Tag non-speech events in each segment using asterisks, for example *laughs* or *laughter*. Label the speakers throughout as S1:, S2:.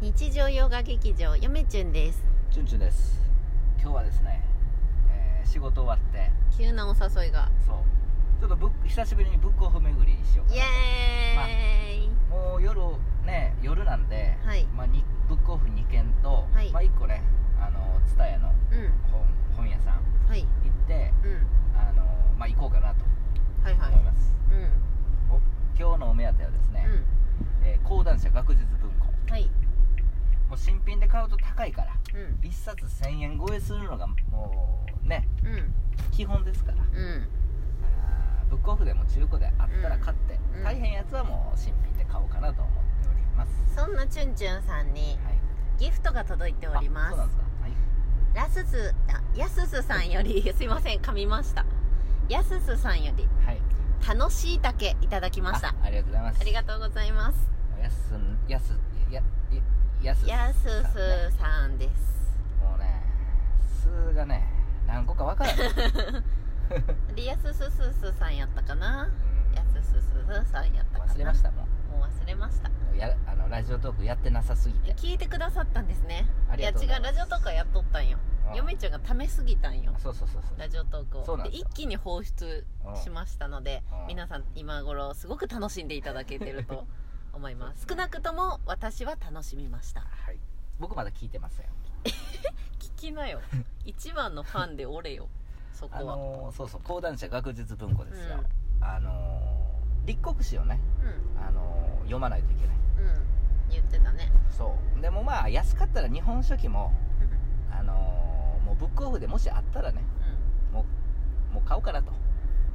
S1: 日常洋画劇場よめちゅんです
S2: チュンチュンです今日はですね、えー仕事終わって
S1: 急なお誘いが
S2: そうちょっとブック久しぶりにブックオフ巡りしようか
S1: イエーイ、
S2: なもう夜ね夜なんで、
S1: はい
S2: まあ、にブックオフ2軒と、
S1: はい
S2: まあ、1個ねあの蔦屋の
S1: うん
S2: 本本屋さん
S1: はい
S2: 行って
S1: うん
S2: あの、まあ、行こうかなと
S1: はいはい
S2: 思います、
S1: うん
S2: お今日のお目当てはですね、えー講談社学術文庫
S1: うんはい
S2: もう新品で買うと高いから
S1: うん
S2: 1冊1000円超えするのがもうね
S1: う
S2: 基本ですから
S1: んうん
S2: あーブックオフでも中古であったら買って、
S1: うん
S2: 大変やつはもう新品で買おうかなと思っております、
S1: そんなチュンチュンさんに
S2: はい
S1: ギフトが届いておりま
S2: あそうなんですすかはい
S1: ラススあやすすさんよりすいません噛みましたやすすさんより
S2: はい
S1: 楽しいだけいただきました
S2: あありがとうございます
S1: ありがとうございます
S2: やすんやすやややす
S1: やす
S2: さんね
S1: すさんです
S2: もうねすがね何個かわ
S1: *laughs*
S2: からない、うん
S1: リアススススさんやったかなやすすすすさんやったかな
S2: 忘れましたも
S1: もう忘れました
S2: うやあのラジオトークやってなさすぎて
S1: 聞いてくださったんですね
S2: ありがとうご
S1: や
S2: ざ
S1: 違
S2: いうま
S1: ラ
S2: す
S1: ジオトークはやっとったんよ
S2: うん
S1: 嫁ちゃんがためすぎたんよ
S2: あそうそうそうそう
S1: ラジオトークを
S2: そうなんですよ
S1: 一気に放出しましたので
S2: うん
S1: 皆さん今頃すごく楽しんでいただけてる
S2: *laughs*
S1: と思います少なくとも私は楽しみました
S2: はい僕まだ聞いてません
S1: 聞き
S2: *laughs*
S1: なよ一番のファンでおれよそ
S2: あ
S1: こは、
S2: のーそうそう講談社学術文庫ですよ、あのー立国史をねあの読まないといけない
S1: うんうん言ってたね
S2: そうでもまあ安かったら日本書
S1: *laughs*
S2: 紀も
S1: うん
S2: あのもうブックオフでもしあったらねもう買おうかなと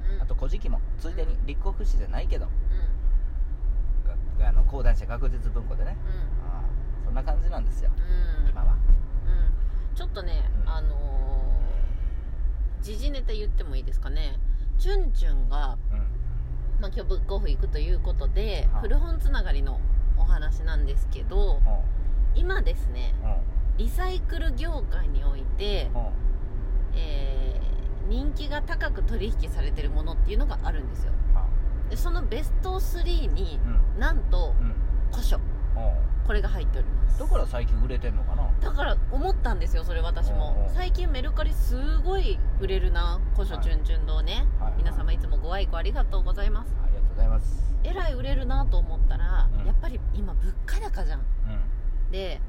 S1: うんうん
S2: あと古事記もついでに
S1: う
S2: 立国史じゃないけどがあの講談社学術文庫でね
S1: うんうん
S2: ああそんな感じなんですよ
S1: うん
S2: 今は
S1: うんちょっとね、
S2: うん
S1: あのー時事ネタ言ってもいいですかねチュンチュンが、
S2: うん
S1: まあ、今日ブックオフ行くということで、
S2: はい
S1: 古本つながりのお話なんですけど
S2: おう
S1: 今ですね
S2: おう
S1: リサイクル業界において、
S2: おう
S1: えー人気が高く取引されてるものっていうのがあるんですよ
S2: あ
S1: でそのベスト3に
S2: うん
S1: なんと
S2: うん
S1: 古書
S2: おう
S1: これが入っております
S2: だから最近売れてんのかな
S1: だから思ったんですよそれ私
S2: おう
S1: も
S2: おう
S1: 最近メルカリすごい売れるな古書
S2: はい
S1: チュンチュン堂ね、
S2: はい
S1: 皆様いつもご愛顧ありがとうございます
S2: ありがとうございます
S1: えらい売れるなと思ったら、
S2: うん
S1: やっぱり今物価高じゃん
S2: うん
S1: で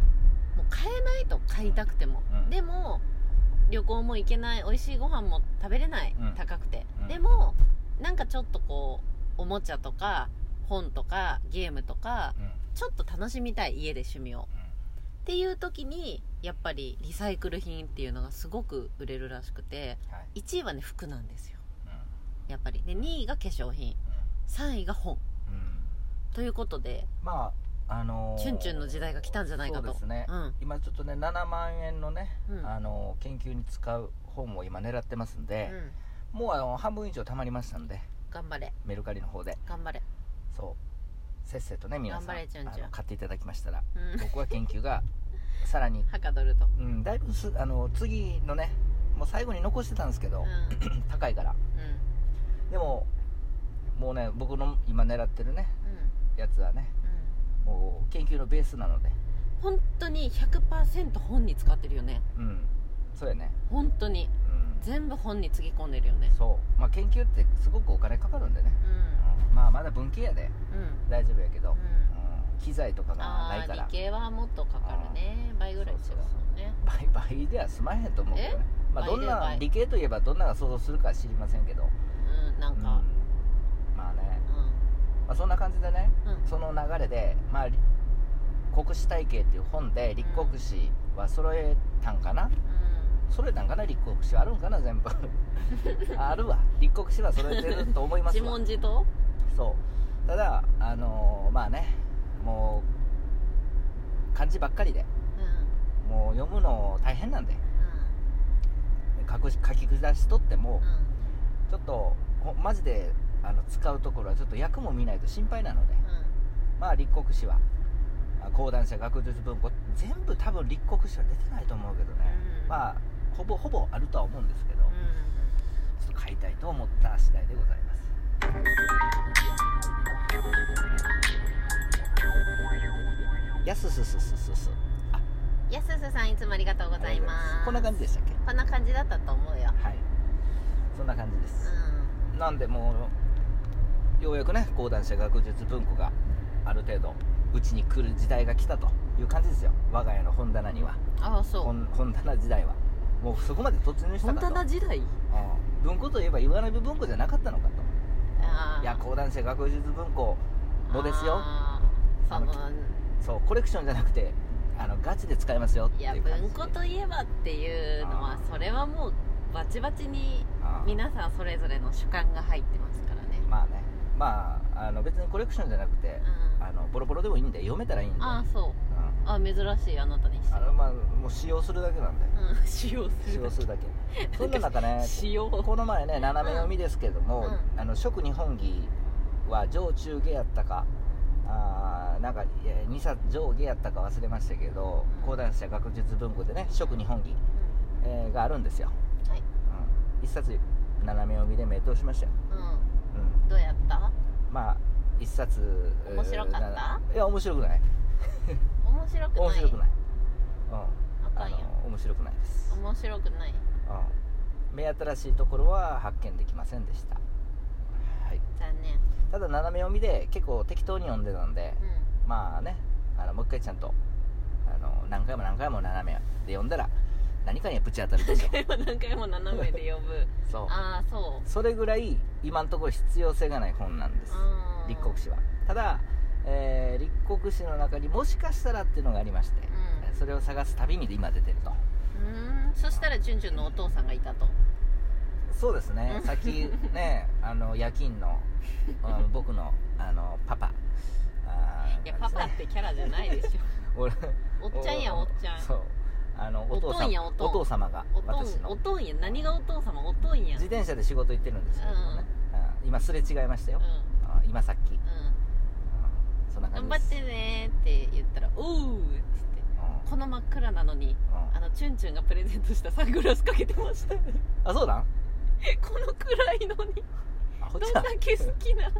S1: もう買えないと買いたくても、
S2: うん
S1: でも旅行も行けない美味しいご飯も食べれない、
S2: うん
S1: 高くて、
S2: うん
S1: でもなんかちょっとこうおもちゃとか本とかゲームとか
S2: うん
S1: ちょっと楽しみたい家で趣味をっていう時にやっぱりリサイクル品っていうのがすごく売れるらしくて
S2: うんはい
S1: 1位はね服なんですよ
S2: う
S1: やっぱりで2位が化粧品3位が本
S2: んうん
S1: ということで
S2: まああのー
S1: チュンチュンの時代が来たんじゃないかと
S2: そうですね
S1: うん
S2: 今ちょっとね7万円のね、
S1: うん
S2: あの研究に使う本を今狙ってますん
S1: う
S2: で、
S1: ん
S2: もうあの半分以上貯まりましたんで
S1: 頑張れ
S2: メルカリの方で
S1: 頑張れ
S2: そうせっせとね皆さん
S1: 頑張れチュンチュン
S2: あの買っていただきましたら
S1: うん *laughs*
S2: 僕は研究が *laughs* さらに、
S1: はかどると
S2: うん、だいぶすあの次のねもう最後に残してたんですけ
S1: う
S2: ど
S1: ん、
S2: 高いから
S1: う
S2: でももうね僕の今狙ってるね
S1: んうん
S2: やつはね
S1: うん
S2: もう研究のベースなので
S1: 本当に100%本に使ってるよね
S2: うんそうやね
S1: 本当に
S2: うん
S1: 全部本につぎ込んでるよね
S2: そうまあ研究ってすごくお金かかるんでね、
S1: う
S2: うんまあまだ文系やで
S1: んうん
S2: 大丈夫やけど、
S1: うん
S2: うん機材とかがな
S1: あ
S2: い
S1: あ
S2: か
S1: 理
S2: ら
S1: 系はもっとかかるね倍ぐらい違うもんね
S2: 倍倍では済まへんと思うけどねまあ
S1: 倍
S2: ど
S1: で
S2: んな
S1: 倍
S2: 理系といえばどんなが想像するかは知りませんけど、
S1: うんなん
S2: うん、
S1: か
S2: まあね、
S1: う
S2: まあ、そんな感じでね
S1: んうん
S2: その流れでまあり国史体系っていう本で立国史は揃えたんかな揃えたんかな立国史はあるんかな
S1: *laughs*
S2: 全部あるわ立国史は揃えてると思い
S1: うん
S2: ます
S1: 自
S2: わ
S1: 問自答
S2: そうただあのーまあねもう漢字ばっかりで
S1: うんう
S2: もう読むの大変なんで
S1: ん
S2: 書く書き下しとっても
S1: うん
S2: ちょっとほマジであの使うところはちょっと役も見ないと心配なのでまあ立国史はあ講談社学術文庫全部多分立国史は出てないと思うけどね、
S1: うん
S2: まあほぼほぼあるとは思うんですけど、
S1: うんう
S2: ちょっと買いたいと思った次第でございますやすすすすすす
S1: やすすさんいつもありがとうございます
S2: こんな感じでしたっけ
S1: こんな感じだったと思うよ
S2: はいそんな感じで
S1: う
S2: す、
S1: ん
S2: なんでもうようやくね講談社学術文庫がある程度うちに来る時代が来たという感じですよ我が家の本棚には
S1: ああそう
S2: 本本棚時代はもうそこまで突入した
S1: 本
S2: かと
S1: 棚時代
S2: うん文庫といえば岩波文庫じゃなかったのかと
S1: ああ
S2: いや講談社学術文庫のですよ
S1: ああその
S2: そうコレクションじゃなくてあのガチで使えますよって
S1: いや
S2: いう感じ
S1: 文庫といえばっていうのは
S2: あー
S1: それはもうバチバチに
S2: ああ
S1: 皆さんそれぞれの主観が入ってますからね
S2: まあねまああの別にコレクションじゃなくて
S1: うん
S2: あのボロボロでもいいんで読めたらいいんで
S1: ああそう
S2: うん
S1: あ珍しいあなたにして
S2: あのまあもう使用するだ
S1: *laughs*
S2: けなんで
S1: うん使用す
S2: 使
S1: る
S2: 用するだけそんな中ね
S1: 使用
S2: この前ね斜め読みですけども、
S1: うん
S2: あの食日本儀は上中下やったかあーなんか2冊上下やったか忘れましたけど
S1: うん
S2: 講談社学術文庫でね食日本儀、えーがあるんですよ、
S1: はい
S2: うん、1冊斜め読みで名刀しましたよ、
S1: う
S2: うん
S1: どうやった
S2: ん、まあ1冊
S1: 面白かった
S2: なないや面白くない
S1: 面白くない
S2: 面白くない、
S1: あ
S2: うん、
S1: か
S2: あ
S1: んよ
S2: の面白くないです、
S1: 面白くない
S2: うん、目新しいところは発見できませんでした、はい、
S1: 残念
S2: ただ斜め読みで結構適当に読んでたんで、
S1: う
S2: まあねあのもう一回ちゃんとあの何回も何回も斜めで読んだら何かにぶち当た
S1: *laughs*
S2: るでしょ
S1: んでも何回も斜めで呼ぶ
S2: そう
S1: ああそう
S2: それぐらい今のところ必要性がない本なんです
S1: うん
S2: 立国史はただ、えー立国史の中にもしかしたらっていうのがありまして、
S1: う
S2: それを探す旅に今出てると
S1: んうーんそしたらじゅんじゅんのお父さんがいたと
S2: そうですね
S1: うん
S2: さっき *laughs* ねあの夜勤のあ *laughs* の僕のあのパパあー
S1: いやパパってキャラじゃないでし
S2: *laughs* 俺
S1: ょおっちゃんやおっちゃん
S2: そうあのお父
S1: おと
S2: さ
S1: ん
S2: ん
S1: やおとん
S2: お父様が
S1: おと
S2: 私
S1: んお
S2: の
S1: とんや何がお父様おとんやん
S2: 自転車で仕事行ってるんですけどね、うん今すれ違いました
S1: う
S2: よ
S1: ん、
S2: あ今さっき、うん
S1: う、
S2: そんなん
S1: 頑
S2: 感じ
S1: 張
S2: で
S1: っ
S2: す
S1: てねーって言ったら「おう!」っつって
S2: うん
S1: この真っ暗なのに
S2: うん
S1: あのチュンチュンがプレゼントしたサングラスかけてましたこ
S2: あそうなん
S1: の暗いのに
S2: あほっ
S1: どん
S2: ちゃ
S1: だ
S2: ん
S1: け好きな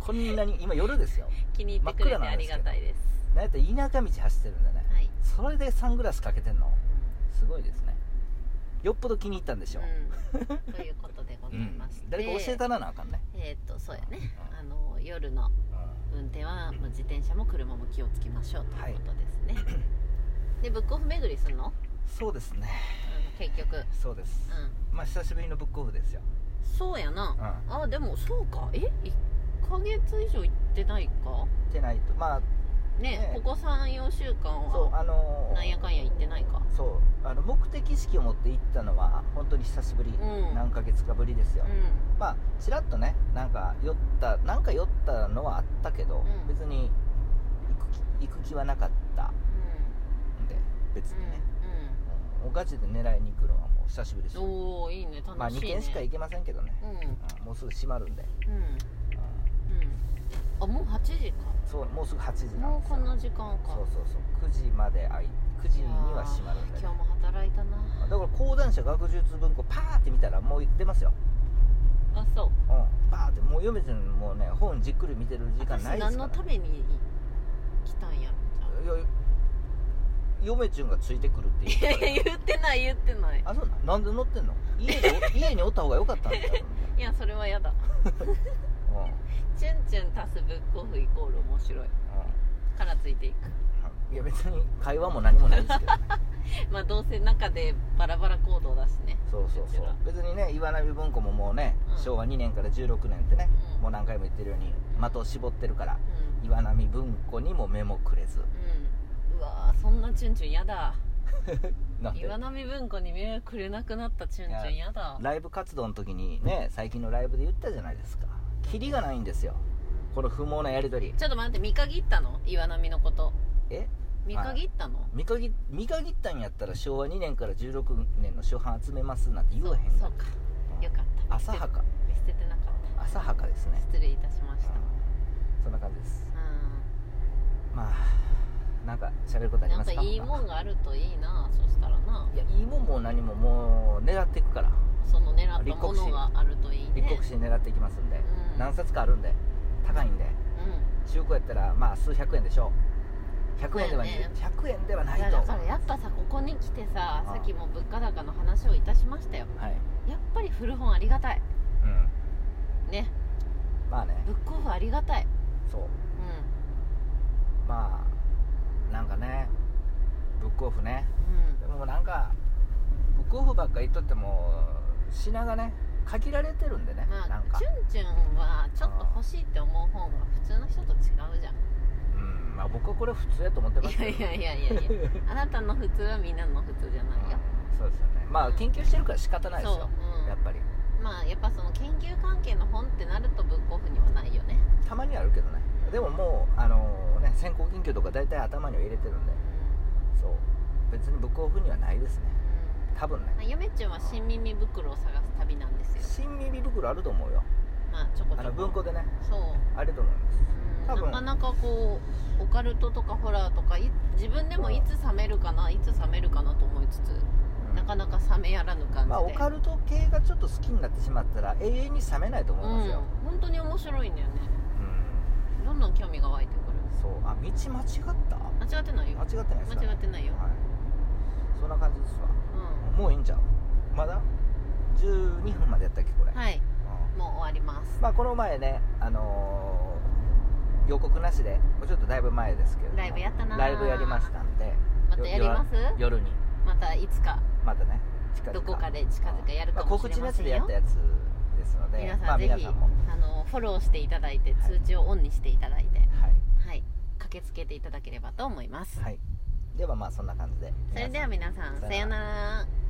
S2: こんなに今夜ですよ
S1: 気に入ってくれてありがたいです
S2: なんやったら田舎道走ってるんだね
S1: はい、
S2: それでサングラスかけてんのすごいですねよっぽど気に入ったんでしょ
S1: うんということでござ
S2: う
S1: い
S2: ん
S1: まして、
S2: 誰か教えたらなあかんね
S1: えーっとそうやね
S2: うん
S1: あの夜の運転はもう自転車も車も気をつけましょうということですね、でブックオフ巡りするの、
S2: そうですね
S1: うん、結局うん
S2: そうですまあ久しぶりのブックオフですよ
S1: そうやな
S2: うん行
S1: あでもそうかえ一1ヶ月以上行ってないか
S2: ってないとまあ
S1: ね
S2: ねえ
S1: ここ34週間
S2: そう
S1: は
S2: あのー
S1: なんやかんや行ってないか
S2: そうあの目的意識を持って行ったのは本当に久しぶり、
S1: うん
S2: 何ヶ月かぶりですよ、
S1: うん
S2: まあちらっとねなんか酔ったなんか酔ったのはあったけど、
S1: うん
S2: 別に行く気行く気はなかったんで別にね、うんガチで狙いに行くのはもう久しぶりです
S1: うん、うん、おおいいね楽しいね
S2: まあ2軒しか行けませんけどね、
S1: うんうん
S2: うんもうすぐ閉まるんで、うん
S1: うんあもう8時か
S2: そうもうすぐ8時なん
S1: もう
S2: です
S1: こ
S2: よ
S1: んな時間か
S2: そうそうそう9時まであい9時には閉まるんで、
S1: いやー今日も働いたな
S2: だから講談社学術文庫パーって見たらもう言ってますよ
S1: あそう
S2: うん、バーってもう読めてるのもうね本じっくり見てる時間
S1: 私
S2: ないです
S1: 何
S2: か
S1: の
S2: ら
S1: ために来たんやろじゃあ
S2: いや嫁ちゅんがついてくるっていう
S1: い
S2: か
S1: や
S2: ら
S1: いや *laughs* 言ってない言ってない
S2: あそうなんなんで乗ってんの
S1: *laughs*
S2: 家でお家におった方が良かったんだよ、
S1: いやそれはやだ
S2: うんうん
S1: チュンチュン足すブックオフイコール面白いからついていく
S2: いや別に会話も何もないですけどね
S1: まあどうせ中でバラバラ行動だしね
S2: そうそうそう別にね岩波文庫ももうね、
S1: うん
S2: 昭和2年から16年ってね、
S1: うん
S2: もう何回も言ってるように的を絞ってるから
S1: うん
S2: 岩波文庫にも目もくれず
S1: うんうわーそんなチュンチュンやだ
S2: なんで
S1: 岩波文庫に目をくれなくなったチュンチュン
S2: い
S1: やだ
S2: ライブ活動の時にね最近のライブで言ったじゃないですかキリがないんですよこの不毛なやり取り
S1: ちょっと待って見限ったの岩波のこと
S2: え
S1: 見限ったの、
S2: 見限見限ったんやったら昭和2年から16年の初版集めますなんて言
S1: そう
S2: わへん
S1: そうかよかった
S2: 浅はか
S1: 見捨ててなかっ
S2: 浅はかです
S1: た
S2: ね、
S1: 失礼いたしました
S2: うんそんな感じです
S1: う
S2: まあなんか喋ることあ
S1: ん
S2: り
S1: な
S2: ま
S1: ん
S2: す
S1: か
S2: か
S1: いいもん
S2: 他
S1: があるといいなそしたらない
S2: やいいもんも何ももう狙っていくから
S1: その狙ったものがあるといいね
S2: 立国史に狙っていきますんで、
S1: うん
S2: 何冊かあるんで高いんで中古やったらまあ数百円でしょう100円では、
S1: そうやね
S2: 100円ではない
S1: いや
S2: と
S1: だからやっぱさここに来てさ
S2: うん
S1: さっきも物価高の話をいたしましたよ
S2: はい、
S1: やっぱり古本ありがたい
S2: うん、
S1: ね
S2: まあね
S1: ブックオフありがたい
S2: そう
S1: う
S2: まあなんかねブックオフね
S1: んうん
S2: でもなんかブックオフばっか言っとっても品がね限られてるんでね、
S1: ま
S2: なん
S1: あ
S2: か
S1: チュンチュンはちょっと欲しいって思う本は普通の人と違うじゃん
S2: うんまあ僕はこれ普通やと思ってます
S1: いや
S2: けど
S1: いやいや
S2: *laughs*
S1: いやいやあなたの普通はみんなの普通じゃないよ
S2: うんそうですよねまあ研究してるから仕方ないです
S1: そう
S2: よ、、やっぱり
S1: うん、まあやっぱその研究関係の本ってなるとブックオフにはないよね
S2: たまにはあるけどねでももうあのね先行研究とか大体頭には入れてるんで
S1: うん、
S2: そう別にブックオフにはないですね多分ね
S1: まあ、ゆめちゅんは新耳袋を探す旅なんですよ
S2: 新耳袋あると思うよ
S1: まあちょこち
S2: あ
S1: ょ
S2: の
S1: こ
S2: 文庫でね
S1: そう、
S2: あると思いま
S1: うん、
S2: す多
S1: な
S2: 分
S1: かなかこうオカルトとかホラーとかい自分でもいつ冷めるかないつ冷めるかなと思いつつ、
S2: うん
S1: なかなか冷めやらぬ感じで
S2: まあオカルト系がちょっと好きになってしまったら永遠に冷めないと思いますよ、
S1: うん、本当に面白いんだよね
S2: うん
S1: どんどん興味が湧いてくる
S2: そうあ道間違った
S1: 間違ってないよ
S2: 間違ってないですか
S1: 間違ってないよ、
S2: はい、そんな感じですわ
S1: う
S2: もういいんじゃんまだ12分までやったっけこれ、
S1: ん、はい
S2: うん
S1: もう終わります
S2: まあこの前ねあのー予告なしでもうちょっとだいぶ前ですけれども
S1: ライブやったなー
S2: ライブやりましたんで
S1: またやります
S2: 夜に
S1: またいつか
S2: またね近々
S1: どこかで近々やるか
S2: あ
S1: もしれませんよ
S2: 告知なしでやったやつですので
S1: 皆さ
S2: まあ、
S1: んぜ
S2: 皆
S1: ひ、
S2: さんも、
S1: あのフォローしていただいて
S2: はい
S1: 通知をオンにしていただいて
S2: はい
S1: はい駆けつけていただければと思います、
S2: はい、ではまあそんな感じで
S1: それでは皆さん
S2: さよなら
S1: さようなら